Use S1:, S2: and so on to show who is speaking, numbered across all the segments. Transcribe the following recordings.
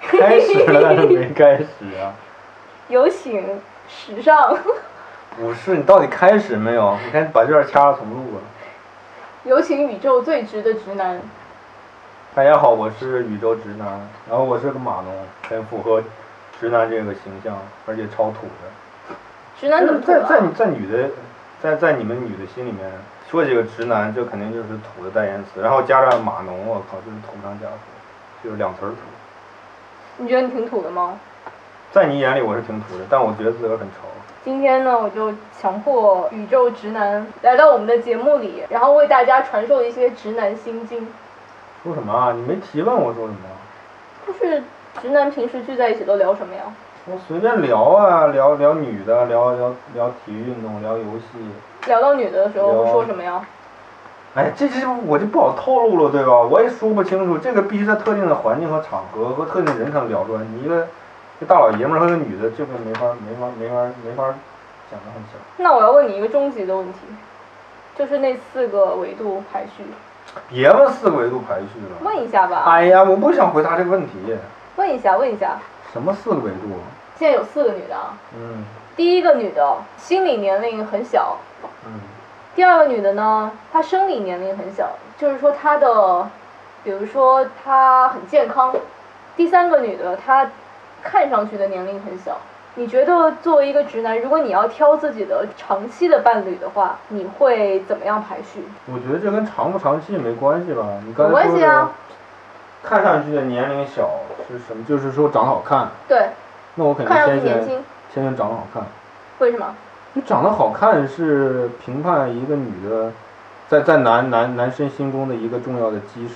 S1: 开始了，但是没开始 啊。
S2: 有请时尚，
S1: 武士，你到底开始没有？你看把这段掐了重录啊。
S2: 有请宇宙最直的直男。
S1: 大家好，我是宇宙直男，然后我是个码农，很符合直男这个形象，而且超土的。
S2: 直男怎么土
S1: 在在你
S2: 啊？
S1: 在女的，在在你们女的心里面，说起个直男，这肯定就是土的代言词，然后加上码农，我靠，这是土上加土，就是两词儿土。
S2: 你觉得你挺土的吗？
S1: 在你眼里我是挺土的，但我觉得自个儿很潮。
S2: 今天呢，我就强迫宇宙直男来到我们的节目里，然后为大家传授一些直男心经，
S1: 说什么啊？你没提问我说什么啊？
S2: 就是直男平时聚在一起都聊什么呀？
S1: 我随便聊啊，聊聊女的，聊聊聊体育运动，聊游戏。
S2: 聊到女的的时候
S1: 聊
S2: 说什么呀？
S1: 哎，这这我就不好透露了，对吧？我也说不清楚，这个必须在特定的环境和场合和特定人上聊出来。你一个一个大老爷们儿和个女的，这个没法没法没法没法讲得很详。
S2: 那我要问你一个终极的问题，就是那四个维度排序，
S1: 别问四个维度排序了。
S2: 问一下吧，
S1: 哎呀，我不想回答这个问题。
S2: 问一下，问一下。
S1: 什么四个维度？
S2: 现在有四个女的，啊，
S1: 嗯
S2: 第一个女的心理年龄很小，
S1: 嗯，
S2: 第二个女的呢，她生理年龄很小，就是说她的，比如说她很健康。第三个女的，她看上去的年龄很小。你觉得作为一个直男，如果你要挑自己的长期的伴侣的话，你会怎么样排序？
S1: 我觉得这跟长不长期也没关系吧？你刚才
S2: 没关
S1: 说
S2: 系
S1: 的
S2: 啊，
S1: 看上去的年龄小是什么？就是说长得好看。
S2: 对，
S1: 那我肯定
S2: 看上
S1: 先
S2: 去年
S1: 选
S2: 轻，
S1: 先选长得好看。
S2: 为什么？
S1: 你长得好看是评判一个女的，在在男男男生心中的一个重要的基石。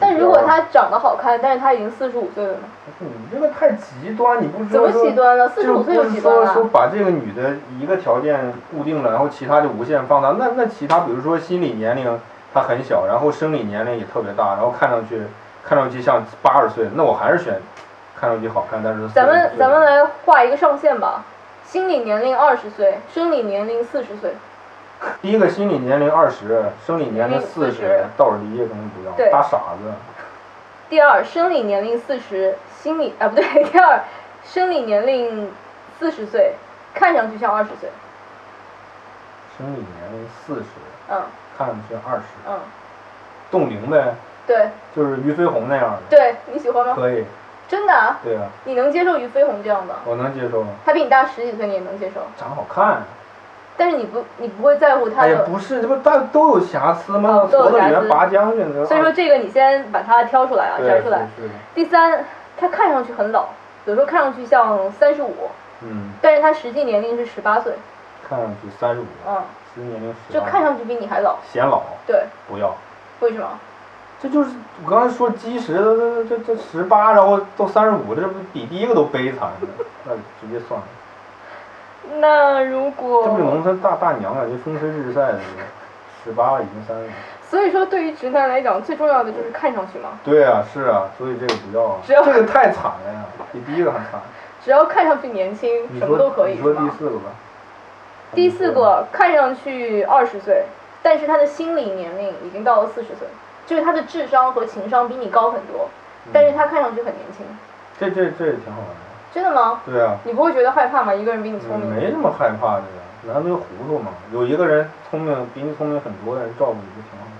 S2: 但如果
S1: 指标啊，
S2: 她长得好看，但是她已经四十五岁了呢？
S1: 你这个太极端，你不知
S2: 怎
S1: 道
S2: 么
S1: 说
S2: 极端了？四十
S1: 就
S2: 五岁
S1: 不
S2: 就是极端
S1: 说说
S2: 了？啊
S1: 把这个女的一个条件固定了，然后其他就无限放大。那那其他，比如说心理年龄她很小，然后生理年龄也特别大，然后看上去看上去像八十岁，那我还是选看上去好看，但是
S2: 咱
S1: 45
S2: 们
S1: 岁
S2: 咱们
S1: 的
S2: 来画一个上限吧，心理年龄二十岁，生理年龄四十岁。
S1: 第一个心理年龄二十，生理年龄四十
S2: 40，
S1: 倒数第一个肯定不要，
S2: 对
S1: 大傻子。
S2: 第二，生理年龄四十，心理啊不对， 第二，生理年龄四十岁，看上去像二十岁。
S1: 生理年龄四十，
S2: 嗯
S1: 看上去二十，
S2: 嗯，
S1: 冻龄呗，
S2: 对
S1: 就是俞飞鸿那样的，
S2: 对，你喜欢吗？
S1: 可以，
S2: 真的、啊，
S1: 对啊，
S2: 你能接受俞飞鸿这样的？
S1: 我能接受，
S2: 他比你大十几岁，你也能接受，
S1: 长得好看。
S2: 但是你不你不会在乎他
S1: 哎呀，
S2: 的。
S1: 不是，这不大家都有瑕疵吗？
S2: 哦都有
S1: 矬子里
S2: 瑕
S1: 面
S2: 疵
S1: 拔将军，这
S2: 所以说这个你先把它挑出来啊，
S1: 啊对
S2: 摘出来。。
S1: 是是
S2: 第三，他看上去很老，有时候看上去像三十五，
S1: 嗯，
S2: 但是他实际年龄是十八岁，
S1: 看上去三十五，
S2: 嗯，
S1: 实际年龄十
S2: 就
S1: 八
S2: 看上去比你还老。
S1: 显老，
S2: 对，
S1: 不要。
S2: 为什么？
S1: 这就是我刚才说基石，这这这十八，然后都三十五，这不比第一个都悲惨呢？ 那直接算了，
S2: 那如果
S1: 这不是农村大大娘感觉风吹日晒的，十八已经三十。
S2: 所以说，对于直男来讲，最重要的就是看上去嘛，
S1: 对啊，是啊，所以这个不要啊，
S2: 只要
S1: 这个太惨了呀，比第一个还惨。
S2: 只要看上去年轻，
S1: 你
S2: 什么
S1: 说
S2: 都可以，
S1: 你
S2: 是
S1: 说第
S2: 吧？
S1: 四个吧。
S2: 第四个，看上去二十岁，但是他的心理年龄已经到了四十岁，就是他的智商和情商比你高很多，
S1: 嗯，
S2: 但是他看上去很年轻，
S1: 这这这也挺好玩的。
S2: 真的吗？
S1: 对啊，
S2: 你不会觉得害怕吗？一个人比你聪
S1: 嗯
S2: 明，
S1: 没什么害怕的呀，男的就糊涂嘛。有一个人聪明比你聪明很多的人照顾你就挺好的。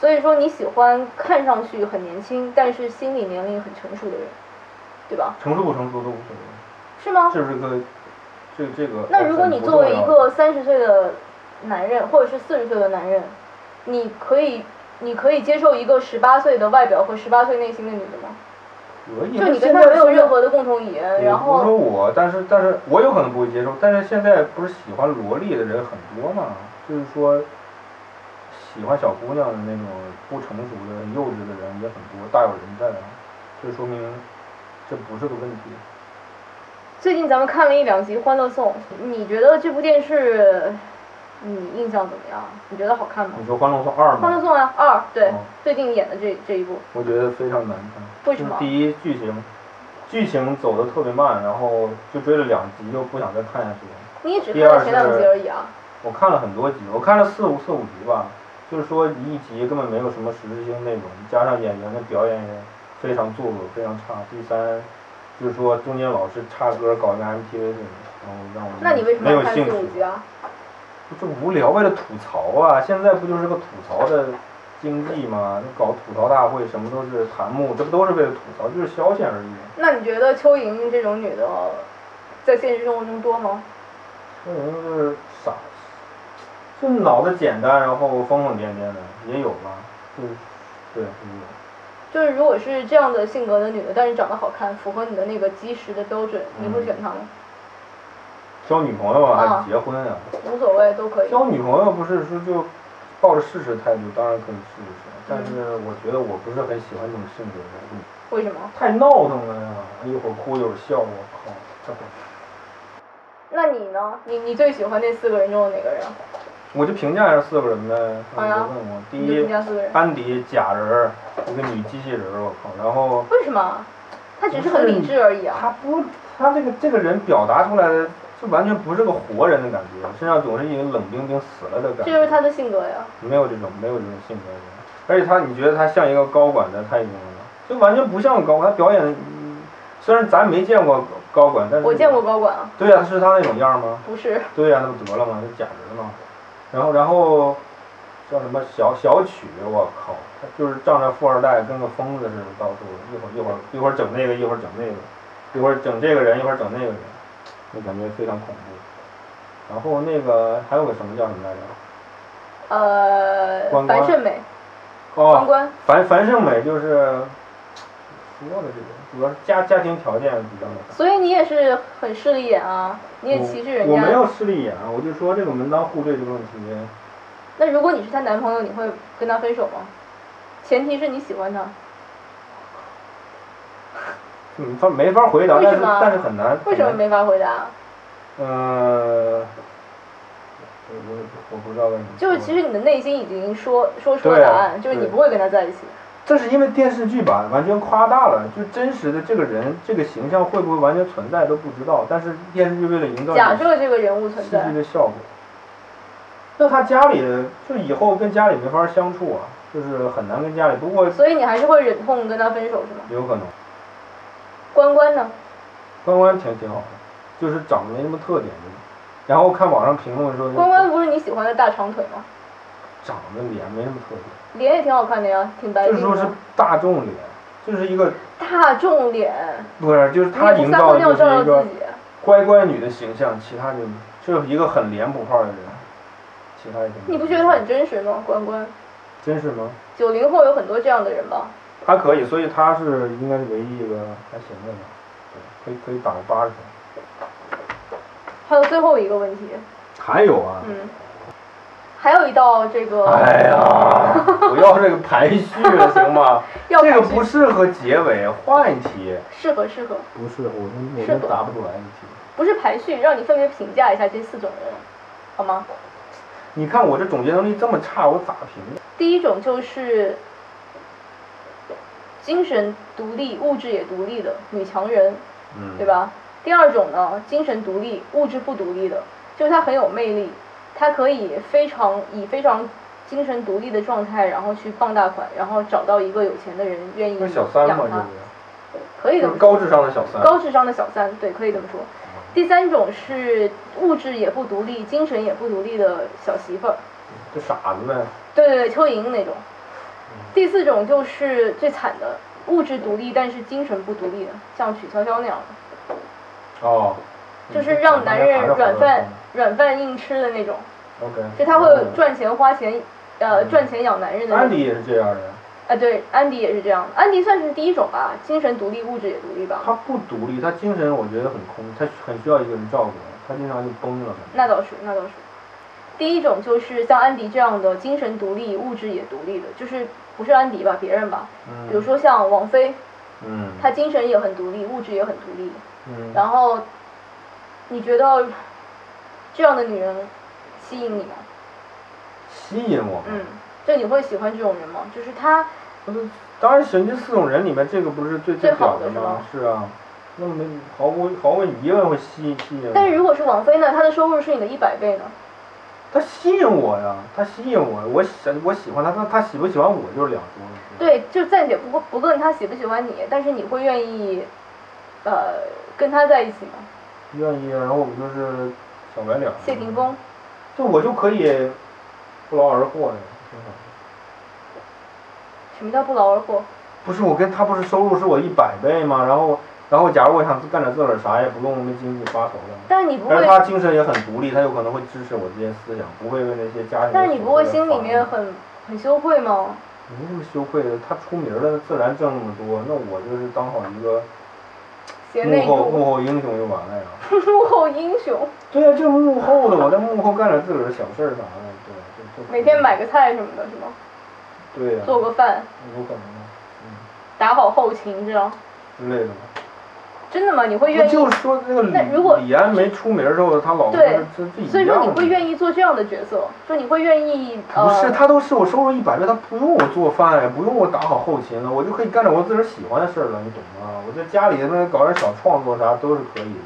S2: 所以说你喜欢看上去很年轻，但是心理年龄很成熟的人，对吧？
S1: 成熟不成熟都无所谓，
S2: 是吗？
S1: 是不是个这这个？
S2: 那如果你作为一个三十岁的男人，或者是四十岁的男人，你可以，你可以接受一个十八岁的外表和十八岁内心的女的吗？
S1: 可以，
S2: 就你跟她没有任何的共同语言，然
S1: 我不
S2: 后
S1: 说我，但是但是我有可能不会接受，但是现在不是喜欢萝莉的人很多嘛，就是说喜欢小姑娘的那种不成熟的、幼稚的人也很多，大有人在啊。这说明这不是个问题。
S2: 最近咱们看了一两集《欢乐颂》，你觉得这部电视你印象怎么样？你觉得好看吗？
S1: 你说《欢乐颂二》
S2: 《欢乐
S1: 吗？
S2: 颂》啊，二对、
S1: 嗯
S2: 最近演的这这一部，
S1: 我觉得非常难看。
S2: 为什么
S1: 就是第一剧情，剧情走的特别慢，然后就追了两集，又不想再看下去了。
S2: 你也只
S1: 第
S2: 看
S1: 二
S2: 了前两集
S1: 是
S2: 而已啊。
S1: 我看了很多集，我看了四五四五集吧，就是说一集根本没有什么实质性内容，加上演员的表演也非常做作，非常差。第三，就是说中间老是插歌搞一个 MTV 那种，然后让我
S2: 那你为什
S1: 没
S2: 么要
S1: 有
S2: 看
S1: 兴
S2: 四
S1: 趣
S2: 五？集啊？
S1: 这无聊，为了吐槽啊！现在不就是个吐槽的经济吗？你搞吐槽大会，什么都是弹幕，这不都是为了吐槽，就是消遣而已。
S2: 那你觉得邱莹这种女的，在现实生活中多吗？
S1: 这人就是傻，就脑子简单，然后疯疯癫癫的也有吧，就是对，也
S2: 就是如果是这样的性格的女的，但是长得好看，符合你的那个基石的标准，你
S1: 嗯
S2: 会选她吗？
S1: 有交女朋友啊，还
S2: 啊
S1: 是结婚啊？
S2: 无所谓，都可以。
S1: 交女朋友不是说就抱着试试态度，当然可以试一试，但是我觉得我不是很喜欢这种性格的人，
S2: 为什么？
S1: 太闹腾了呀，一会儿哭一会儿笑，我靠，这不
S2: 那你呢？你你最喜欢那四个人中的哪个人？啊
S1: 我就评价一下四个人呗。
S2: 好哎呀
S1: 我就问我第
S2: 你就评
S1: 一，
S2: 价四个人。
S1: 班迪假人儿，一个女机器人儿，我靠。然后
S2: 为什么？她只是很理智而已啊。
S1: 他不，他这个这个人表达出来的就完全不是个活人的感觉，身上总是一种冷冰冰死了的感
S2: 这
S1: 觉。
S2: 就是她的性格呀。
S1: 没有这种没有这种性格的人，而且他你觉得他像一个高管的太多了，就完全不像个高管。他表演，嗯虽然咱没见过高管，但是
S2: 我见。过高管啊，
S1: 对呀、是他那种样吗？
S2: 不是。
S1: 对呀、那不得了吗？是假人嘛。然后，然后叫什么小小曲，我靠，他就是仗着富二代跟个疯子似的，到处一会儿一会儿一会儿整那个，一会儿整那个，一会儿整这个人，一会儿整那个人，就感觉非常恐怖。然后那个还有个什么叫什么来着？
S2: 呃
S1: 关，关
S2: 樊胜美，关
S1: 哦，
S2: 关，
S1: 樊樊胜美就是说的这个，主要是家家庭条件比较那啥。
S2: 所以你也是很势利眼啊，你也歧视人
S1: 我我没
S2: 家。
S1: 有势利眼，我就说这个门当户对这个问题，
S2: 那如果你是她男朋友，你会跟她分手吗？前提是你喜欢她，
S1: 嗯，他没法回答，
S2: 为什
S1: 但是
S2: 么
S1: 但是很难。
S2: 为什么
S1: 很难
S2: 没法回答？啊
S1: 呃，我我也不我不知道为什么。
S2: 就是其实你的内心已经说说出了
S1: 对啊
S2: 答案，就是你
S1: 对
S2: 不会跟他在一起。
S1: 这是因为电视剧版完全夸大了，就真实的这个人这个形象会不会完全存在都不知道，但是电视剧为了营造
S2: 假
S1: 戏
S2: 设这个人物存在
S1: 剧，的效果，那他家里就以后跟家里没法相处啊，就是很难跟家里。不过
S2: 所以你还是会忍痛跟他分手是吗？
S1: 有可能
S2: 关关呢？
S1: 关关挺挺好的，就是长得没什么特点就是然后看网上评论说，
S2: 关关不是你喜欢的大长腿吗？
S1: 长得脸没什么特
S2: 脸也挺好看的呀，挺白
S1: 点，就
S2: 净
S1: 是说是
S2: 的。
S1: 大众脸，就是一个
S2: 大众脸，
S1: 不是，就是
S2: 你
S1: 他
S2: 也
S1: 营
S2: 不撒
S1: 造
S2: 泡
S1: 的
S2: 尿
S1: 就
S2: 照
S1: 是一
S2: 照
S1: 个
S2: 自己。
S1: 乖乖女的形象，其他就就是一个很脸谱化的人，其他也没有
S2: 你不觉得他很真实吗？关关，
S1: 真是吗？
S2: 九零后有很多这样的人吧？
S1: 他可以，所以他是应该是唯一一个还行的吧，对，可以可以打个八十分。
S2: 还有最后一个问题，
S1: 还有啊，
S2: 嗯，还有一道这个，
S1: 哎呀，不要这个排序了行吗？
S2: 要
S1: 这个
S2: 排序
S1: 不适合结尾，换一题。
S2: 适合适合，
S1: 不是，我真我
S2: 是
S1: 真
S2: 不
S1: 答不出来一题。
S2: 不是排序，让你分别评价一下这四种人，好吗？
S1: 你看我这总结能力这么差，我咋评价？
S2: 第一种就是精神独立、物质也独立的女强人，
S1: 嗯，
S2: 对？吧？第二种呢，精神独立、物质不独立的，就是她很有魅力，她可以非常以非常精神独立的状态，然后去傍大款，然后找到一个有钱的人愿意
S1: 跟小三嘛，
S2: 养她，
S1: 就
S2: 可以
S1: 是
S2: 这
S1: 就
S2: 么
S1: 是高嗯
S2: 说，
S1: 智商的小三。
S2: 高智商的小三，对，可以这么说。第三种是物质也不独立、精神也不独立的小媳妇儿，
S1: 就傻子呗。
S2: 对对对，蚯蚓那种。
S1: 嗯
S2: 第四种就是最惨的，物质独立但是精神不独立的，像曲筱绡那样
S1: 嗯
S2: 的，
S1: 哦。
S2: 就是让男人软饭软饭硬吃的那种，
S1: OK。
S2: 就他会赚钱花钱，呃，赚钱养男人的
S1: 嗯
S2: 那
S1: 安
S2: 种。
S1: 迪也是这样的呀，
S2: 啊，对，安迪也是这样的，安迪算是第一种吧，精神独立，物质也独立吧。
S1: 他不独立，他精神我觉得很空，他很需要一个人照顾，他经常就崩了。
S2: 那倒是，那倒是。第一种就是像安迪这样的精神独立、物质也独立的，就是不是安迪吧，别人吧，
S1: 嗯
S2: 比如，说像王菲，
S1: 嗯，
S2: 她精神也很独立，物质也很独立，
S1: 嗯，
S2: 然后，你觉得这样的女人吸引你吗？
S1: 吸引我们。
S2: 嗯，就你会喜欢这种人吗？就是她，
S1: 不是，当然，神经四种人里面，这个不是最
S2: 最好
S1: 屌
S2: 的
S1: 吗？是啊，那没毫无毫无疑问会吸引吸引我。
S2: 但是如果是王菲呢，她的收入是你的一百倍呢？
S1: 他吸引我呀，他吸引我，我喜我喜欢他，那他喜不喜欢我就是两说了。
S2: 对，就暂且不不论她喜不喜欢你，但是你会愿意呃跟他在一起吗？
S1: 愿意，然后我们就是小白脸。
S2: 谢霆锋，
S1: 就我就可以不劳而获呀，挺好。
S2: 什么叫不劳而获？
S1: 不是我跟他不是收入是我一百倍吗？然后然后假如我想干点自个儿啥也不用为经济发愁了，
S2: 但你不
S1: 但
S2: 会
S1: 是，他精神也很独立，他有可能会支持我这些思想，不会为那些家庭。
S2: 但你不会心里面很很羞愧吗？
S1: 没什么羞愧的，他出名了，自然挣那么多，那我就是当好一个
S2: 贤内
S1: 幕后
S2: 助，
S1: 幕后英雄就完了呀。
S2: 幕后英雄，
S1: 对啊呀，就幕后的，我在幕后干点自个儿的小事儿啥的，对吧？就就
S2: 每天买个菜什么的，是吗？
S1: 对啊呀、
S2: 做个饭，
S1: 有可能啊，嗯
S2: 打好后勤，这样
S1: 之类的吧。
S2: 真的吗？你会愿
S1: 不
S2: 意？
S1: 就是说那个
S2: 那如果
S1: 李李安没出名儿的时候，他老婆
S2: 对
S1: 是这这一样的。
S2: 所以说你会愿意做这样的角色，就你会愿意
S1: 不是，
S2: 呃，
S1: 他都是我收入一百倍，他不用我做饭，也不用我打好后勤了，啊我就可以干点我自个儿喜欢的事儿了，你懂吗？我在家里那搞点小创作啥都是可以的，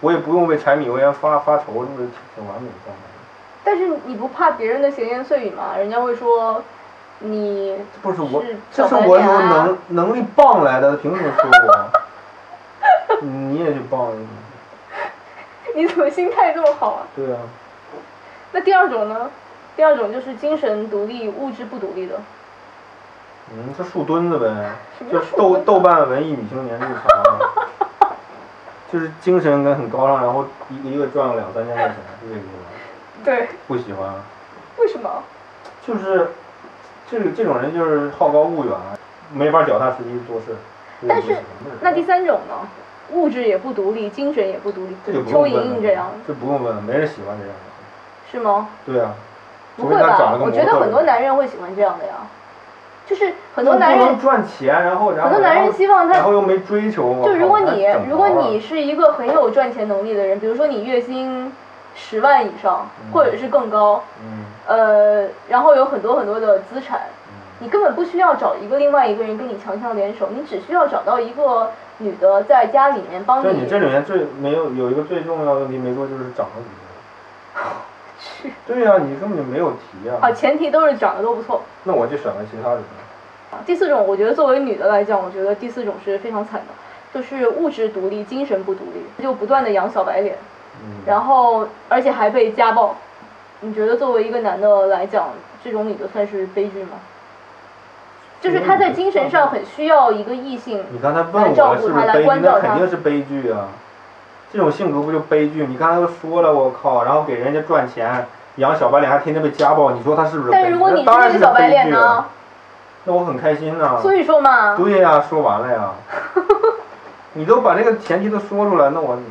S1: 我也不用为柴米油盐发发愁，那是挺挺完美的状态。
S2: 但是你不怕别人的闲言碎语吗？人家会说你
S1: 这不是我，
S2: 是
S1: 这
S2: 小
S1: 是
S2: 白
S1: 我
S2: 脸
S1: 有
S2: 啊，
S1: 能能力傍来的，凭什么说我？ 你也去傍，
S2: 你怎么心态这么好啊？
S1: 对啊，
S2: 那第二种呢？第二种就是精神独立、物质不独立的。
S1: 嗯，这树墩子呗。
S2: 什么
S1: 就
S2: 叫
S1: 是
S2: 树
S1: 豆
S2: 根
S1: 豆瓣文艺女青年日常，啊 就是精神跟很高尚，然后一个一个赚个两三千块钱，就这个意思。
S2: 对，
S1: 不喜欢，
S2: 为什么？
S1: 就是这个这种人就是好高骛远，啊没法脚踏实地做事。这个
S2: 但是
S1: 不喜欢
S2: 那第三种呢？物质也不独立，精神也不独立
S1: 这就，不用
S2: 邱
S1: 问
S2: 莹
S1: 了，
S2: 莹这样
S1: 这不用问了，没人喜欢这样的。
S2: 是吗？
S1: 对啊，
S2: 不
S1: 除
S2: 会
S1: 非他长
S2: 吧
S1: 了？个
S2: 我
S1: 模
S2: 觉
S1: 特
S2: 得
S1: 儿
S2: 很多男人会喜欢这样的呀，就是很多
S1: 那
S2: 男
S1: 不
S2: 人
S1: 能，赚钱，然后然
S2: 很
S1: 后
S2: 多男人希望
S1: 然
S2: 他
S1: 后又没追求，我
S2: 就
S1: 靠
S2: 如果
S1: 那
S2: 你
S1: 整
S2: 如果
S1: 毛了
S2: 你是一个很有赚钱能力的人，比如说你月薪十万以上
S1: 嗯
S2: 或者是更高，
S1: 嗯
S2: 呃，然后有很多很多的资产，
S1: 嗯
S2: 你根本不需要找一个另外一个人跟你强强联手，你只需要找到一个女的在家里面帮
S1: 就你
S2: 你
S1: 这里面最没有有一个最重要的问题没说，就是长得怎么样。
S2: 去
S1: 对呀、你根本就没有提呀、
S2: 啊，前提都是长得都不错。
S1: 那我就选了其他人。
S2: 第四种，我觉得作为女的来讲，我觉得第四种是非常惨的，就是物质独立，精神不独立，就不断的养小白脸，
S1: 嗯，
S2: 然后而且还被家暴。你觉得作为一个男的来讲，这种女的算是悲剧吗？就是她在精神上很需要一个异性，
S1: 你刚才问我是不是悲剧，那肯定是悲剧啊。这种性格不就悲剧？你刚才都说了，我靠，然后给人家赚钱，养小白脸还天天被家暴，你说他是不是
S2: 但
S1: 悲
S2: 是
S1: 剧？
S2: 如果你
S1: 那当然
S2: 那
S1: 是
S2: 个小白脸
S1: 悲剧啊
S2: 呢？
S1: 那我很开心呐、
S2: 所以说嘛，
S1: 对呀、说完了 呀。你都把这个前提都说出来，那我没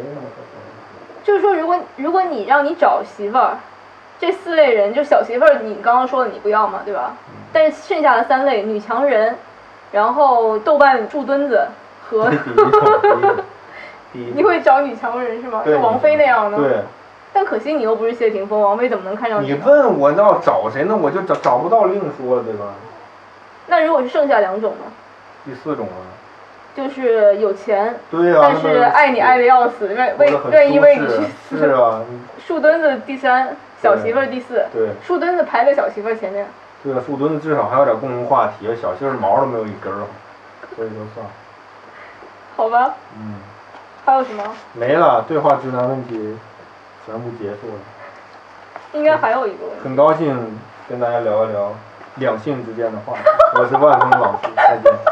S1: 什么可说的。
S2: 就是说，如果如果你让你找媳妇儿，这四类人就小媳妇儿，你刚刚说了你不要嘛，对吧？但是剩下的三类，女强人，然后豆瓣树墩子 和
S1: 第一种，第一种，第一
S2: 你会找女强人是吗？
S1: 对
S2: 就王菲那样的。
S1: 对。
S2: 但可惜你又不是谢霆锋，王菲怎么能看上
S1: 你
S2: 呢？
S1: 问我要找谁呢？我就找找不到，另说了，对吧？
S2: 那如果是剩下两种呢？
S1: 第四种啊，
S2: 就是有钱，
S1: 对呀、啊，
S2: 但是爱你爱的要死，愿
S1: 为
S2: 为愿意为你去
S1: 是是
S2: 死。
S1: 啊，你
S2: 树墩子第三，小媳妇儿第四。
S1: 对
S2: 树墩子排在小媳妇儿前面。
S1: 对啊，树墩子至少还有点共同话题，小杏儿毛都没有一根儿，所以就算了，
S2: 好吧，
S1: 嗯，
S2: 还有什么？
S1: 没了，对话直男问题全部结束了，
S2: 应该还有一个问题。
S1: 很高兴跟大家聊一聊两性之间的话题，我是万峰老师，再见。